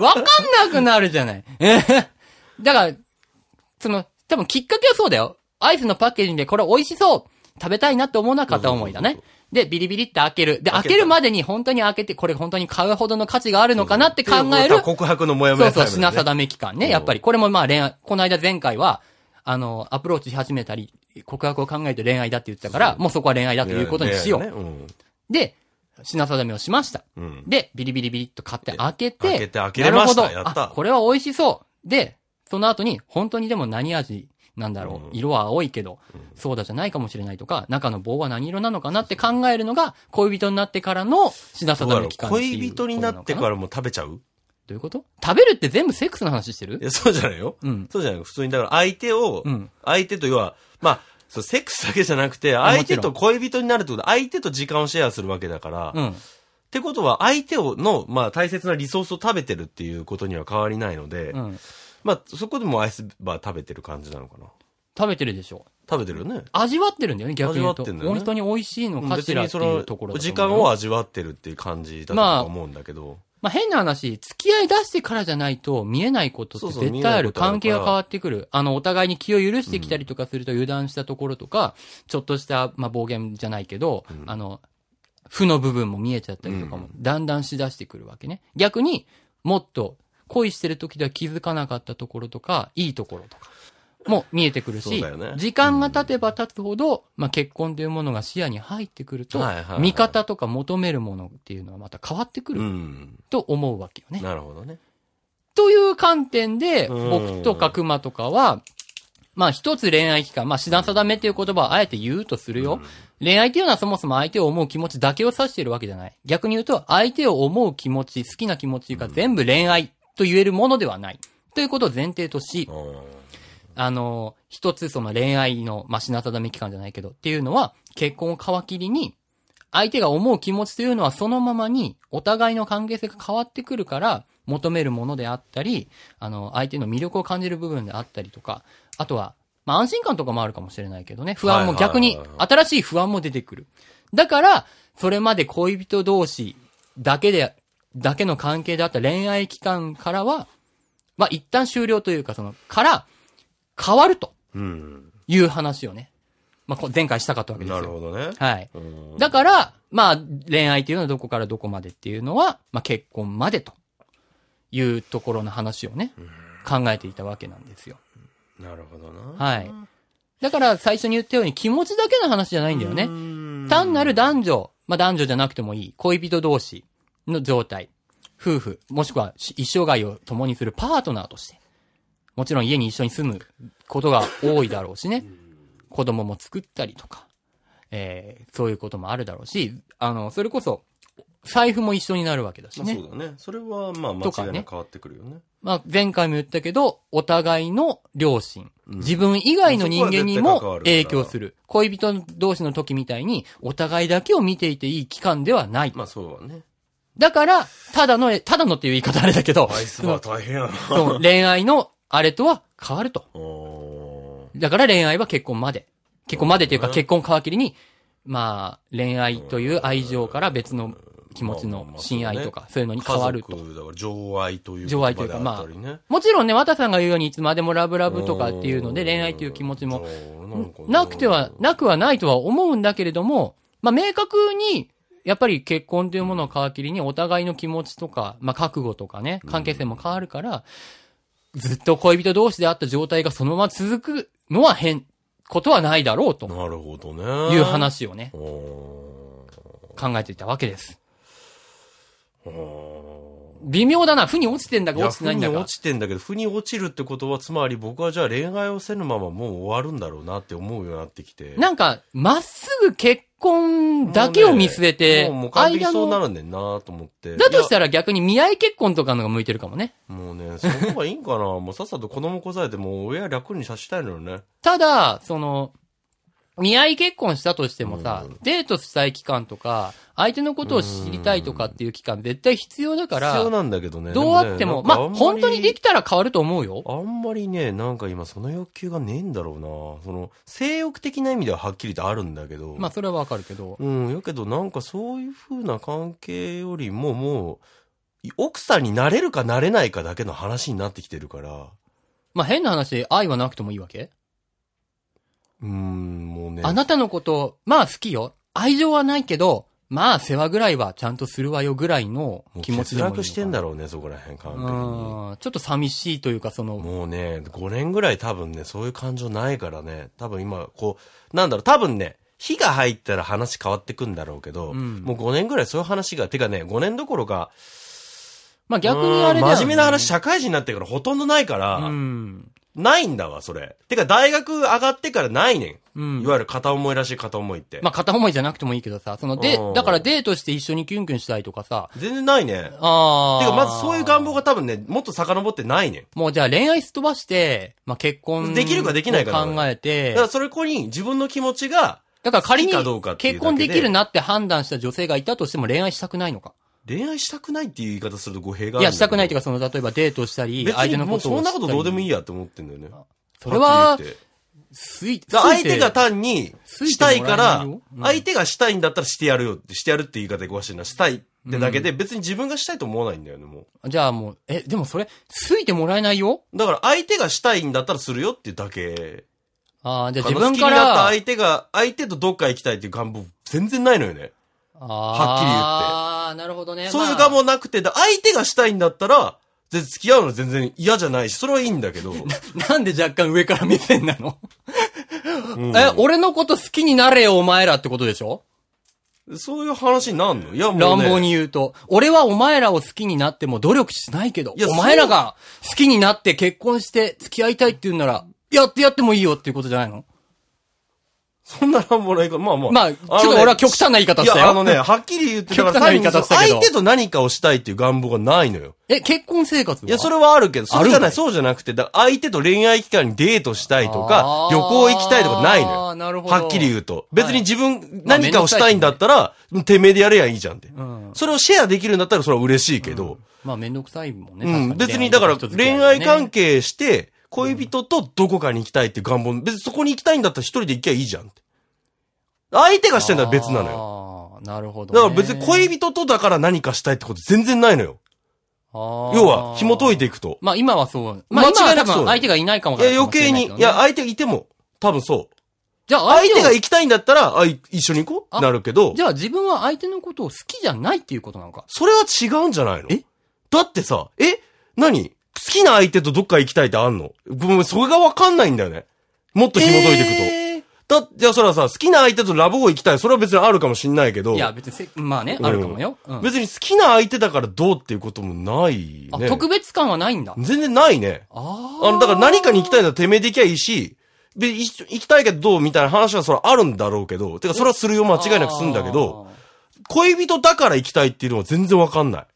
Speaker 2: なくなるじゃない。 えへだから、その、多分きっかけはそうだよ。アイスのパッケージでこれ美味しそう食べたいなって思うのは片思いだね
Speaker 1: そうそう。
Speaker 2: で、ビリビリって開ける。で、開
Speaker 1: 開けた
Speaker 2: けるまでに本当に開けて、これ本当に買うほどの価値があるのかなって考える。
Speaker 1: 告白のモヤモ
Speaker 2: そう
Speaker 1: ヤ
Speaker 2: そう、
Speaker 1: タイムだ
Speaker 2: 品
Speaker 1: ね
Speaker 2: 定め期間ね。やっぱり、これもまあ恋愛、この間前回は、あの、アプローチし始めたり、告白を考えて恋愛だって言ってたから、もうそこは恋愛だということにしよう。
Speaker 1: ねうん
Speaker 2: で、品定めをしました。
Speaker 1: うん。
Speaker 2: で、ビリビリビリっと買って開けて、
Speaker 1: 開けて開けれました
Speaker 2: なるほど
Speaker 1: やった
Speaker 2: あこれは美味しそう。で、その後に、本当にでも何味なんだろう。
Speaker 1: うん
Speaker 2: 色は青いけど、ソーダじゃないかもしれないとか、中の棒は何色なのかなって考えるのが、恋人になってからの品
Speaker 1: どうだ
Speaker 2: 定
Speaker 1: ろ
Speaker 2: め
Speaker 1: う
Speaker 2: 期間っていう
Speaker 1: 恋人になって
Speaker 2: こ
Speaker 1: か
Speaker 2: とのな
Speaker 1: らも食べちゃう
Speaker 2: どういうこと食べるって全部セックスの話して
Speaker 1: い
Speaker 2: る
Speaker 1: や、そうじゃないよ。
Speaker 2: うん。
Speaker 1: そうじゃない普通に、だから相手を
Speaker 2: うん、
Speaker 1: 相手と要は、まあ、そうセックスだけじゃなくて、
Speaker 2: あも
Speaker 1: 相
Speaker 2: ち
Speaker 1: 手
Speaker 2: ろ
Speaker 1: と
Speaker 2: ん
Speaker 1: 恋人になるってことは、相手と時間をシェアするわけだから、
Speaker 2: う
Speaker 1: っ
Speaker 2: ん。
Speaker 1: てことは、相手をの、まあ、大切なリソースを食べてるっていうことには変わりないので、
Speaker 2: うん。
Speaker 1: まあ、そこでもアイスバー食べてる感じなのかな。
Speaker 2: 食べてるでしょ。
Speaker 1: 食べてるよね。
Speaker 2: 味わってるんだよね、逆に言うと。
Speaker 1: 味わってんだよね
Speaker 2: 本当に美味しいのかし
Speaker 1: 別
Speaker 2: ら
Speaker 1: に
Speaker 2: っ
Speaker 1: そ
Speaker 2: てい
Speaker 1: の
Speaker 2: うところだと思うよ
Speaker 1: 時間を味わってるっていう感じだと思うんだけど、
Speaker 2: まあ、変な話、付き合い出してからじゃないと見えないことって
Speaker 1: そうそう
Speaker 2: 絶対あ
Speaker 1: 見えない
Speaker 2: る。
Speaker 1: ことある
Speaker 2: 関係が変わってくる。あの、お互いに気を許してきたりとかすると油断したところとか、ちょっとした、まあ、暴言じゃないけど、あの、負の部分も見えちゃったりとかも、だんだんしだしてくるわけね。逆にもっと恋してる時では気づかなかったところとか、いいところとか。も見えてくる
Speaker 1: そう
Speaker 2: し、
Speaker 1: だよね
Speaker 2: 時間が経てば経つほど、まあ、結婚というものが視野に入ってくると、
Speaker 1: はいはいはい
Speaker 2: 見方とか求めるものっていうのはまた変わってくる
Speaker 1: うん。
Speaker 2: と思うわけよね。
Speaker 1: なるほどね。
Speaker 2: という観点で、
Speaker 1: うん
Speaker 2: 僕とか熊とかは、まあ一つ恋愛期間、まあ死な定めっていう言葉をあえて言うとするよ。恋愛っていうのはそもそも相手を思う気持ちだけを指しているわけじゃない。逆に言うと、相手を思う気持ち、好きな気持ちが全部恋愛と言えるものではない。ということを前提とし
Speaker 1: う、ん
Speaker 2: あの、一つその恋愛の、まあ、品定め期間じゃないけど、っていうのは、結婚を皮切りに、相手が思う気持ちというのはそのままに、お互いの関係性が変わってくるから、求めるものであったり、あの、相手の魅力を感じる部分であったりとか、あとは、まあ、安心感とかもあるかもしれないけどね、不安も
Speaker 1: はいはいは
Speaker 2: 逆
Speaker 1: いはい
Speaker 2: に、新しい不安も出てくる。だから、それまで恋人同士だけで、だけの関係であった恋愛期間からは、まあ、一旦終了というか、その、から、変わると
Speaker 1: うん。
Speaker 2: いう話をね、まあ、こ前回したかったわけですよ。
Speaker 1: なるほどね。
Speaker 2: はい。
Speaker 1: うん
Speaker 2: だから、まあ、恋愛というのはどこからどこまでっていうのは、まあ、結婚までというところの話をね、考えていたわけなんですよ。
Speaker 1: なるほどな。
Speaker 2: はい。だから、最初に言ったように気持ちだけの話じゃないんだよね。
Speaker 1: ね
Speaker 2: 単なる男女、まあ、男女じゃなくてもいい、恋人同士の状態、夫婦、もしくはし一生涯を共にするパートナーとして、もちろん家に一緒に住むことが多いだろうしね、子供も作ったりとか、えー、そういうこともあるだろうし、あの、それこそ、財布も一緒になるわけだし
Speaker 1: まあ、
Speaker 2: ね。
Speaker 1: そうだね。それは、まあ、間
Speaker 2: とか
Speaker 1: 違い
Speaker 2: ね
Speaker 1: なく変わってくるよね。
Speaker 2: まあ、前回も言ったけど、お互いの両親、自分以外の人間に
Speaker 1: そこは
Speaker 2: も
Speaker 1: 絶対
Speaker 2: 影
Speaker 1: 関わるから
Speaker 2: 響する。恋人同士の時みたいに、お互いだけを見ていていい期間ではない。
Speaker 1: まあ、そうだね。
Speaker 2: だから、ただの、ただのっていう言い方あれだけど、
Speaker 1: アイスバー大変やな。
Speaker 2: その恋愛のあれとは変わると。
Speaker 1: お
Speaker 2: だから恋愛は結婚まで。結婚までというか
Speaker 1: そうね
Speaker 2: 結婚皮切りに、まあ、恋愛という愛情から別の気持ちの親愛とか、そういうのに
Speaker 1: ー
Speaker 2: 変わると
Speaker 1: 家。族だから、情愛という
Speaker 2: 情愛というか
Speaker 1: 言葉であったりね。
Speaker 2: もちろんね、和田さんが言うようにいつまでもラブラブとかっていうので
Speaker 1: うん
Speaker 2: 恋愛という気持ちも
Speaker 1: そうなんか
Speaker 2: なくては、なくはないとは思うんだけれども、まあ、明確に、やっぱり結婚というものを皮切りに、お互いの気持ちとか、まあ、覚悟とかね、関係性も変わるから、ずっと恋人同士であった状態がそのまま続くのは変、ことはないだろうと
Speaker 1: なるほどね。
Speaker 2: いう。話をね、
Speaker 1: お
Speaker 2: 考えていたわけです。
Speaker 1: ーお
Speaker 2: 微妙だな。負に落ちてんだ
Speaker 1: ー
Speaker 2: か落ちてないんだ
Speaker 1: いや腑
Speaker 2: か
Speaker 1: に。落ちてんだけど、負に落ちるってことは、つまり僕はじゃあ恋愛をせぬままもう終わるんだろうなって思うようになってきて。
Speaker 2: なんか、まっすぐ結婚だけを見据えて
Speaker 1: もうねもうもう、完璧
Speaker 2: 間
Speaker 1: そうな
Speaker 2: の、
Speaker 1: るんだよなと思って。
Speaker 2: だとし
Speaker 1: ら。
Speaker 2: たら逆に見合い結婚とかのが向いてるかもね。
Speaker 1: もうね、その方がいいんかな もうさっさと子供こさえて、もう親楽にさしたいのよね。
Speaker 2: ただ、その、見合い結婚したとしてもさ、デートしたい期間とか、相手のことを知りたいとかっていう期間絶対必要だか
Speaker 1: 必要
Speaker 2: ら、
Speaker 1: なんだけどね。
Speaker 2: どうあっても、まあ、本当にで
Speaker 1: き
Speaker 2: きたら変わると思うよ。
Speaker 1: あんまりね、なんか今その欲求がねえんだろうなその、性欲的な意味でははっきりとあるんだけど。
Speaker 2: まあ、それはわかるけど。
Speaker 1: うん、やけどなんかそういう風な関係よりももう、奥さんになれるかなれないかだけの話になってきてるから、
Speaker 2: まあ、変な話、愛はなくてもいいわけ
Speaker 1: うん、もうね。
Speaker 2: あなたのこと、まあ好きよ。愛情はないけど、まあ世話ぐらいはちゃんとするわよぐらいの
Speaker 1: もう
Speaker 2: 気持
Speaker 1: 欠
Speaker 2: ちでもいいのかな
Speaker 1: 落してんだろうね、そこら辺完
Speaker 2: う
Speaker 1: 璧に。
Speaker 2: ん。ちょっと寂しいというか、その、
Speaker 1: もうね、5年ぐらい多分ね、そういう感情ないからね、多分今、こう、なんだろう、多分ね、火が入ったら話変わってくんだろうけど、
Speaker 2: うん
Speaker 1: もう5年ぐらいそういう話が、てかね、5年どころか、
Speaker 2: まあ逆にあ
Speaker 1: う
Speaker 2: れだよ
Speaker 1: ん
Speaker 2: ね
Speaker 1: 真面目な話、社会人になってからほとんどないから、
Speaker 2: うん。
Speaker 1: ないんだわ、それ。てか、大学上がってからないね。
Speaker 2: うんん
Speaker 1: いわ。ゆる片思いらしい片思いって。
Speaker 2: まあ片思いじゃなくてもいいけどさ、そので
Speaker 1: うん、
Speaker 2: だからデートして一緒にキュンキュンしたいとかさ、
Speaker 1: 全然ないね。
Speaker 2: あ
Speaker 1: て
Speaker 2: あ。
Speaker 1: か、まずそういう願望が多分ね、もっと遡ってないねん。
Speaker 2: もうじゃあ恋愛すっ飛ばして、まあ結婚。
Speaker 1: できるかできないかだから
Speaker 2: 考えて
Speaker 1: だか、ら、それこに自分の気持ちが、
Speaker 2: だから仮に
Speaker 1: 好きかどうかっていうだ
Speaker 2: 結
Speaker 1: けで
Speaker 2: 婚できるなって判断した女性がいたとしても恋愛したくないのか。
Speaker 1: 恋愛したくないっていう言い方すると語弊があるんだけど。
Speaker 2: いや、したくないというか、その、例えばデートしたり、
Speaker 1: 別
Speaker 2: 相手
Speaker 1: に
Speaker 2: の
Speaker 1: も
Speaker 2: こ
Speaker 1: う
Speaker 2: とを。
Speaker 1: そんなことどうでもい
Speaker 2: い。
Speaker 1: いやって思ってんだよね。
Speaker 2: それは
Speaker 1: っきり、言って
Speaker 2: スイ
Speaker 1: だから相手が、単に
Speaker 2: ついて
Speaker 1: したいか
Speaker 2: ついてもらえな
Speaker 1: ら
Speaker 2: いよ、うん
Speaker 1: 相手がしたいんだったらしてやるよって、してやるって言い方がおかしいな。したいってだけで、別に自分がしたいと思わないんだよね、も
Speaker 2: じゃあもう、え、でもそれ、ついてもらえないよ
Speaker 1: う。だから相手がしたいんだったらするよっていうだけ。
Speaker 2: ああ、じゃ
Speaker 1: 自
Speaker 2: あ自
Speaker 1: 分
Speaker 2: 分
Speaker 1: か。
Speaker 2: から
Speaker 1: 好きになった
Speaker 2: ら、
Speaker 1: 相手が、相手とどっか行きたいっていう願望全然ないのよね。
Speaker 2: ああ、なるほどね。
Speaker 1: そういう
Speaker 2: まあ
Speaker 1: 願望なくて、だ相手がしたいんだったら、で付き合うの全然嫌じゃないし、それはいいんだけ ど。
Speaker 2: なんで若干上から目線なの
Speaker 1: うん
Speaker 2: え、俺のこと好きになれよ、お前らってことでしょ
Speaker 1: そういう話になんのいや、もう、ね。
Speaker 2: 乱暴に言うと。俺はお前らを好きになっても努力しないけど
Speaker 1: いや、
Speaker 2: お前らが好きになって結婚して付き合いたいって言うんなら、やってやってもいいよっていうことじゃないの
Speaker 1: そんな乱暴ないか。まあまあ。
Speaker 2: まあ、ちょっと俺は極端な言い方した
Speaker 1: いや、あ
Speaker 2: よ。
Speaker 1: のね、はっきり言って、だから
Speaker 2: 極端な言い方
Speaker 1: 単に
Speaker 2: したけ
Speaker 1: 相
Speaker 2: ど
Speaker 1: 手と何かをしたいっていう願望がないのよ。
Speaker 2: え、結婚生活はい
Speaker 1: や、それはあるけど、そ
Speaker 2: あ
Speaker 1: う
Speaker 2: る
Speaker 1: じ
Speaker 2: ん
Speaker 1: ゃ
Speaker 2: だ
Speaker 1: ない、そうじゃなくて、だから相手と恋愛期間にデートしたいとか
Speaker 2: あ、ー
Speaker 1: 旅行行きたいとかないのよ。
Speaker 2: なるほど
Speaker 1: はっきり言うと。別に自分、
Speaker 2: まあ
Speaker 1: 何かをしたいんだったら、てめえでやれやいいじゃんって。
Speaker 2: ん
Speaker 1: それをシェアできるんだったら、それは嬉しいけど。
Speaker 2: まあめんどくさいもん
Speaker 1: う
Speaker 2: ね。確
Speaker 1: ん、
Speaker 2: か
Speaker 1: 別に、だから、恋愛関
Speaker 2: 係。
Speaker 1: 係して、恋人とどこかに行きたいっていう願望、別にそこに行きたいんだったら一人で行きゃいいじゃんって。相手がしてんだら別なのよ。
Speaker 2: よ。なるほど、
Speaker 1: だから別に恋、人とだから何かしたいってこと全然ないのよ。要
Speaker 2: 要
Speaker 1: は、紐解いていくと。
Speaker 2: まあ今はそう。ま
Speaker 1: 間
Speaker 2: あ今
Speaker 1: 違
Speaker 2: はい
Speaker 1: な
Speaker 2: 多
Speaker 1: くそう
Speaker 2: 分相手がいないかも
Speaker 1: いや、余計に、いや、
Speaker 2: や、
Speaker 1: 相手がいても、多分そう。
Speaker 2: じゃあ
Speaker 1: 相手が
Speaker 2: を
Speaker 1: 行きたいんだったら、あ、い一緒に行こう
Speaker 2: あ
Speaker 1: なるけど
Speaker 2: じ、ゃあ自分は相手のことを好きじゃないっていうことなのか。
Speaker 1: それは違うんじゃないの
Speaker 2: え
Speaker 1: だってさ、え何好きな相手とどっか行きたいってあんのごめん、それがわかんないんだよね。もっと紐解いていくと。
Speaker 2: え
Speaker 1: だって、じゃあそれはさ、好きな相手とラブホ行きたい。それは別にあるかもしんないけど。
Speaker 2: ーいや、別にせ、まあね、
Speaker 1: うん
Speaker 2: あるかもよ。うん
Speaker 1: 別に好きな相手だからどうっていうこともない
Speaker 2: あ
Speaker 1: ね。
Speaker 2: 特別感はないんだ。
Speaker 1: 全然ないね。
Speaker 2: あ
Speaker 1: あの、だから何かに行きたい
Speaker 2: い。
Speaker 1: ならてめえで行きゃいいし、で、一緒行きたいけどどうみたいな話はそれあるんだろうけど、てかそれはするよ間違いなくするんだけど、恋人だから行きたいっていうのは全然わかんない。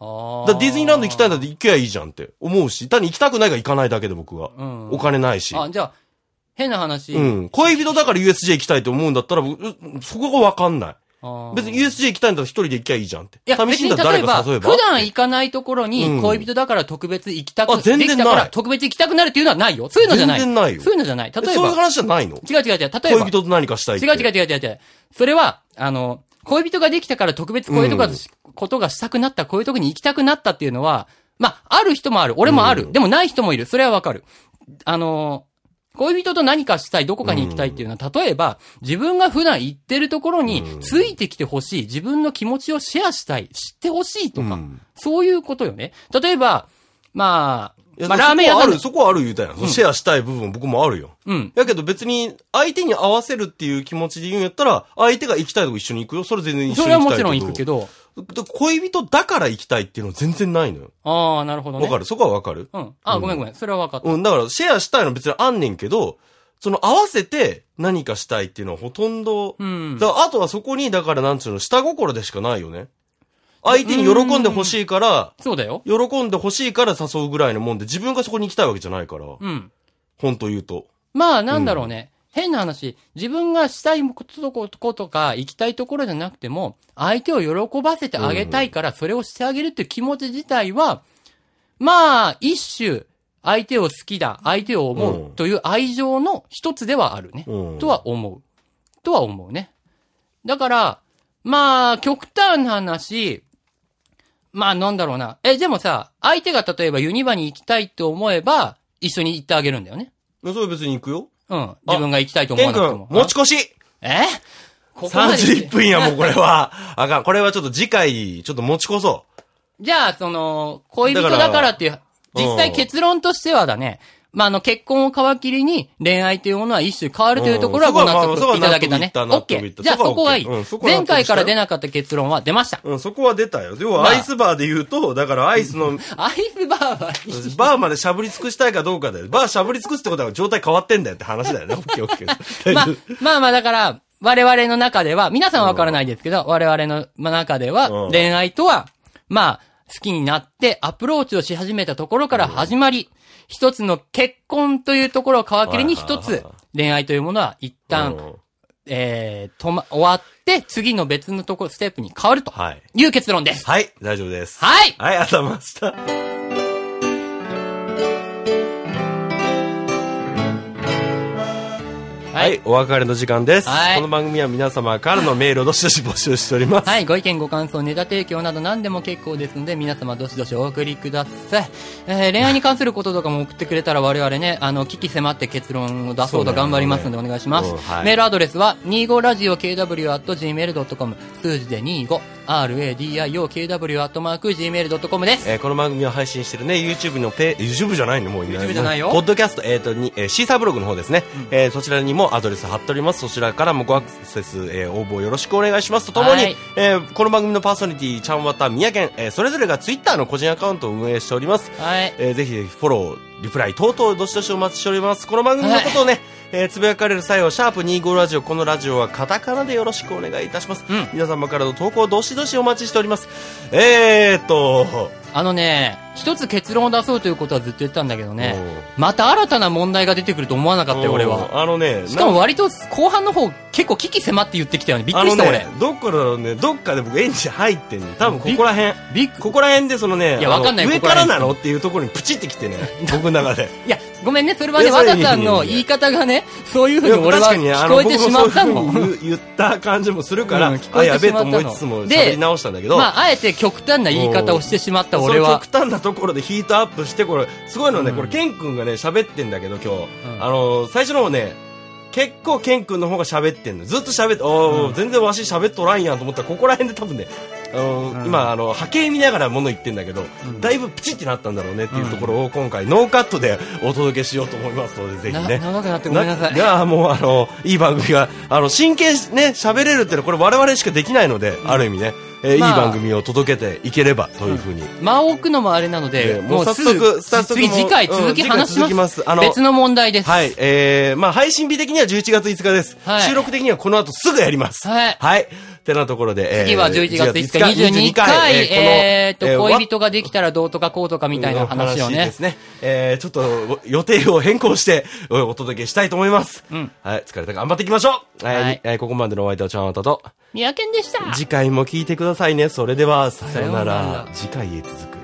Speaker 2: あー、
Speaker 1: だからディズニーランド行きたいんだ
Speaker 2: だ
Speaker 1: って行けばいいじゃんって思うし、単に行きたくないから行かないだけで僕は。
Speaker 2: うん
Speaker 1: お金ないし。
Speaker 2: あ、じゃあ、変な話。
Speaker 1: うん。恋人だから USJ 行きたいって思うんだったら、僕うそこがわかんない。
Speaker 2: あー
Speaker 1: 別に USJ 行きたいんだったら一人で行きゃいいじゃんって。
Speaker 2: いや、
Speaker 1: 寂
Speaker 2: 別
Speaker 1: しいん
Speaker 2: に
Speaker 1: だったら
Speaker 2: 例え
Speaker 1: 誰か
Speaker 2: ば、
Speaker 1: 誘え
Speaker 2: 普
Speaker 1: ば。
Speaker 2: 段行かないところ
Speaker 1: うん
Speaker 2: に、恋人だから特別行きたく、
Speaker 1: あ全然
Speaker 2: できたか
Speaker 1: ない
Speaker 2: ら特別行きたくなるっていうのはないよ。そういうのじゃない。
Speaker 1: 全然ないよ
Speaker 2: そういうのじゃない。例
Speaker 1: え
Speaker 2: え
Speaker 1: そういう
Speaker 2: ば、
Speaker 1: 話じゃないの
Speaker 2: 違う違う違う、例えば、
Speaker 1: 恋人と何かしたいって。
Speaker 2: 違う違う違う違う違う。それは、あの、恋人ができたから特別こういうとこ,、
Speaker 1: うん
Speaker 2: ことがしたくなった、こういうとこに行きたくなったっていうのは、まあ、ある人もある。俺もある。
Speaker 1: うん
Speaker 2: でもない人もいる。それはわかる。あの、恋人と何かしたい、どこかに行きたいっていうのは、例えば、自分が普段行ってるところに
Speaker 1: うん
Speaker 2: ついてきてほしい、自分の気持ちをシェアしたい、知ってほしいとか、
Speaker 1: うん
Speaker 2: そういうことよね。例えば、ま
Speaker 1: いや
Speaker 2: あ、まあ、ラーメン屋
Speaker 1: そこは
Speaker 2: さ
Speaker 1: あ
Speaker 2: ん
Speaker 1: る、。そこはある言うたやん。シェアしたい部分僕もあるよ。
Speaker 2: うん。
Speaker 1: やけど別に、相手に合わせるっていう気持ちで言うんやったら、相手が行きたいとこ一緒に行くよ。それ全然一緒
Speaker 2: そ
Speaker 1: に
Speaker 2: れは
Speaker 1: 行き
Speaker 2: も
Speaker 1: たい
Speaker 2: ちろん行くけ
Speaker 1: ど。で
Speaker 2: ど、
Speaker 1: 恋人だから行きたいっていうの全然ないのよ。
Speaker 2: ああ、なるほど
Speaker 1: わ、
Speaker 2: ね。
Speaker 1: かるそこはわかる
Speaker 2: うん。あ、ごめんごめん。それは分かった。
Speaker 1: うん、だからシェアしたいの別にあんねんけど、その合わせて何かしたいっていうのはほとんど、
Speaker 2: うん。
Speaker 1: だからあとはそこに、だからなんつうの、下心でしかないよね。相手に喜んでほしいから、
Speaker 2: そうだよ。
Speaker 1: 喜んでほしいから誘うぐらいのもんで、自分がそこに行きたいわけじゃないから、
Speaker 2: うん。
Speaker 1: 本当言うと。
Speaker 2: まあ、なんだろうね。変な話。自分がしたいこととことか、行きたいところじゃなくても、相手を喜ばせてあげたいから、それをしてあげるっていう気持ち自体は、まあ、一種、相手を好きだ、相手を思
Speaker 1: うん
Speaker 2: うという愛情の一つではあるね。
Speaker 1: うん。
Speaker 2: とは思う。とは思うね。だから、まあ、極端な話、まあ、なんだろうな。え、でもさ、相手が例えばユニバに行きたいと思えば、一緒に行ってあげるんだよね。
Speaker 1: それ別に行くよ。
Speaker 2: うん。自分が行きたいと思
Speaker 1: ケ
Speaker 2: わ
Speaker 1: ン
Speaker 2: なくても
Speaker 1: 君、。持ち越し
Speaker 2: えここまで来て
Speaker 1: !31 分や、もうこれは。 あかん。これはちょっと次回、ちょっと持ち越そ
Speaker 2: じゃあ、その、恋人
Speaker 1: だから
Speaker 2: だからっていう、実際結論としてはだね、まあ、あの、結婚を皮切りに恋愛というものは一種変わるというところは
Speaker 1: うんそこ
Speaker 2: ご
Speaker 1: は
Speaker 2: 納
Speaker 1: まあ
Speaker 2: 得いただけたね。
Speaker 1: そ
Speaker 2: オ
Speaker 1: こは納
Speaker 2: ッ
Speaker 1: 得
Speaker 2: ケ
Speaker 1: いった納得いった
Speaker 2: ー。じゃあ、そこはいい
Speaker 1: そこは OK うんそ。こは納
Speaker 2: 前
Speaker 1: 得した
Speaker 2: 回から出なかった結論は出ました。
Speaker 1: う。うん、そこは出たよ。要は
Speaker 2: まあ
Speaker 1: アイスバーで言うと、だからアイス の、
Speaker 2: アイスバーはいい。
Speaker 1: バーまでしゃぶり尽くしたいかどうかだよ。バーしゃぶり尽くすってことは状態変わってんだよって話だよね。オ ッケーオッケー。
Speaker 2: まあ、まあまあだから、我々の中では、皆さんはわからないですけど、我々の中で
Speaker 1: う
Speaker 2: は
Speaker 1: ん、
Speaker 2: 恋愛とは、まあ、好きになってアプローチをし始めたところから始まり、一つの結婚というところを皮切りに
Speaker 1: はいはい
Speaker 2: 一
Speaker 1: はい
Speaker 2: つ、恋愛というものは一
Speaker 1: う
Speaker 2: 旦、
Speaker 1: ん
Speaker 2: えー、とま、終わって、次の別のところ、ステップに変わると
Speaker 1: はい。
Speaker 2: いう結論です。
Speaker 1: はい、大丈夫です。
Speaker 2: はい
Speaker 1: はい、ありがとうございました。は、
Speaker 2: はい
Speaker 1: お別れの時間です。
Speaker 2: はい
Speaker 1: この番組は皆様からのメールをどしどし募集しております。
Speaker 2: はい、ご意見、ご感想、ネタ提供など何でも結構ですので、皆様どしどしお送りください。えー恋愛に関することとかも送ってくれたら我々ね、あの、危機迫って結論を出そうと頑張りますのでお願いします。
Speaker 1: そうだよねうんはい
Speaker 2: メールアドレスは、25radiokw.gmail.com、数字で 25radiokw.gmail.com です。
Speaker 1: えーこの番組を配信してるね、YouTube のペー、YouTube じゃないのもういない。
Speaker 2: YouTube じゃないよ
Speaker 1: ポッドキャスト、えっ、と、に、えーシーサーブログの方ですね。えーそちらにもアドレス貼っております。そちらからもごアクセス、えー応募よろしくお願いしますとともに、
Speaker 2: はい
Speaker 1: えーこの番組のパーソナリティ、ちゃんわた、みやけん、えーそれぞれが Twitter の個人アカウントを運営しております。
Speaker 2: はい。
Speaker 1: えーぜひぜひフォロー、リプライ等々どしどしお待ちしております。この番組のことをね、えーつぶやかれる際は、シャープ25ラジオ、このラジオはカタカナでよろしくお願いいたします。
Speaker 2: うん
Speaker 1: 皆様からの投稿どしどしお待ちしております。えーっと、
Speaker 2: あのね、一つ結論を出そうということはずっと言ってたんだけどね、
Speaker 1: うん
Speaker 2: また新たな問題が出てくると思わなかったよ、俺は。
Speaker 1: うん。あのね、
Speaker 2: しかも割と後半の方結構危機迫って言ってきたよね。びっ
Speaker 1: な
Speaker 2: く
Speaker 1: ん
Speaker 2: り
Speaker 1: か
Speaker 2: し
Speaker 1: あ
Speaker 2: た
Speaker 1: のね、
Speaker 2: 俺。
Speaker 1: どっからだろうね、どっかで僕エンジン入ってんね多分ここら辺。
Speaker 2: びっく
Speaker 1: ここら辺でそのね、
Speaker 2: いや
Speaker 1: あの
Speaker 2: わかんない
Speaker 1: 上
Speaker 2: ここ
Speaker 1: からら
Speaker 2: 辺
Speaker 1: なのっていうところにプチってきて ね、僕の中で。
Speaker 2: いや、ごめんね、それはね、
Speaker 1: いやそ
Speaker 2: 和
Speaker 1: れ
Speaker 2: 田さんの言い方がね、そういうふうに俺
Speaker 1: 確
Speaker 2: は
Speaker 1: かにね、あ
Speaker 2: 聞
Speaker 1: の、
Speaker 2: こえ
Speaker 1: 僕も
Speaker 2: てしまったの。
Speaker 1: そういうふうに言った感じもするから、
Speaker 2: うん聞
Speaker 1: あ、
Speaker 2: こえてしまったの
Speaker 1: やべえと思いつつも
Speaker 2: で
Speaker 1: 喋り直したんだけど、
Speaker 2: まあ、あえて極端な言い方をしてしまった俺は。
Speaker 1: その極端なところでヒートアップして、これ、すごいのね、
Speaker 2: うん
Speaker 1: これ、ケン君がね、喋ってんだけど、今日。
Speaker 2: うん
Speaker 1: あのー、最初の方ね、結構ケン君の方が喋ってんの。ずっと喋って、おー、
Speaker 2: うん
Speaker 1: 全然わし喋っとらんやんと思ったら、ここら辺で多分ね、あのー
Speaker 2: うん
Speaker 1: 今、あの、波形見ながら物言ってんだけど、
Speaker 2: ん
Speaker 1: だいぶピチってなったんだろうねっていうところを今回、ノーカットでお届けしようと思いますので、ぜひ
Speaker 2: な
Speaker 1: ね。
Speaker 2: 長くなってごめんなさい。
Speaker 1: やもうあの、いい番組が、あの、真剣にね、喋れるってのはこれ我々しかできないので、ある意味ね、えー
Speaker 2: まあ
Speaker 1: いい番組を届けていければというふうに
Speaker 2: 間を置くのもあれなの
Speaker 1: え
Speaker 2: で、
Speaker 1: えもう
Speaker 2: す
Speaker 1: 早
Speaker 2: ぐ
Speaker 1: 速早速
Speaker 2: 次、
Speaker 1: もう
Speaker 2: 次回
Speaker 1: うん
Speaker 2: 続き話し
Speaker 1: 次回続きま
Speaker 2: ますす。
Speaker 1: あの
Speaker 2: 別の問題です。
Speaker 1: はい、えー、まあ配信日的には11月5日です。
Speaker 2: はい
Speaker 1: 収録的にはこの後すぐやります。
Speaker 2: はい
Speaker 1: はい。てなところで、えー
Speaker 2: 次は11月5日、22回、えーっと、恋人ができたらどうとかこうとかみたいな話を
Speaker 1: ので
Speaker 2: ね
Speaker 1: す。ね。えー、ちょっと予定を変更しておお届けしたいと思います。
Speaker 2: うん
Speaker 1: はい、疲れたから頑張っていきましょうはい、
Speaker 2: はい
Speaker 1: えーここまでのお相手はちゃんわたと、
Speaker 2: 三宅でした。
Speaker 1: 次回も聞いてくださいね。それでは、さような
Speaker 2: さような
Speaker 1: ら
Speaker 2: ら。
Speaker 1: 次回へ続く。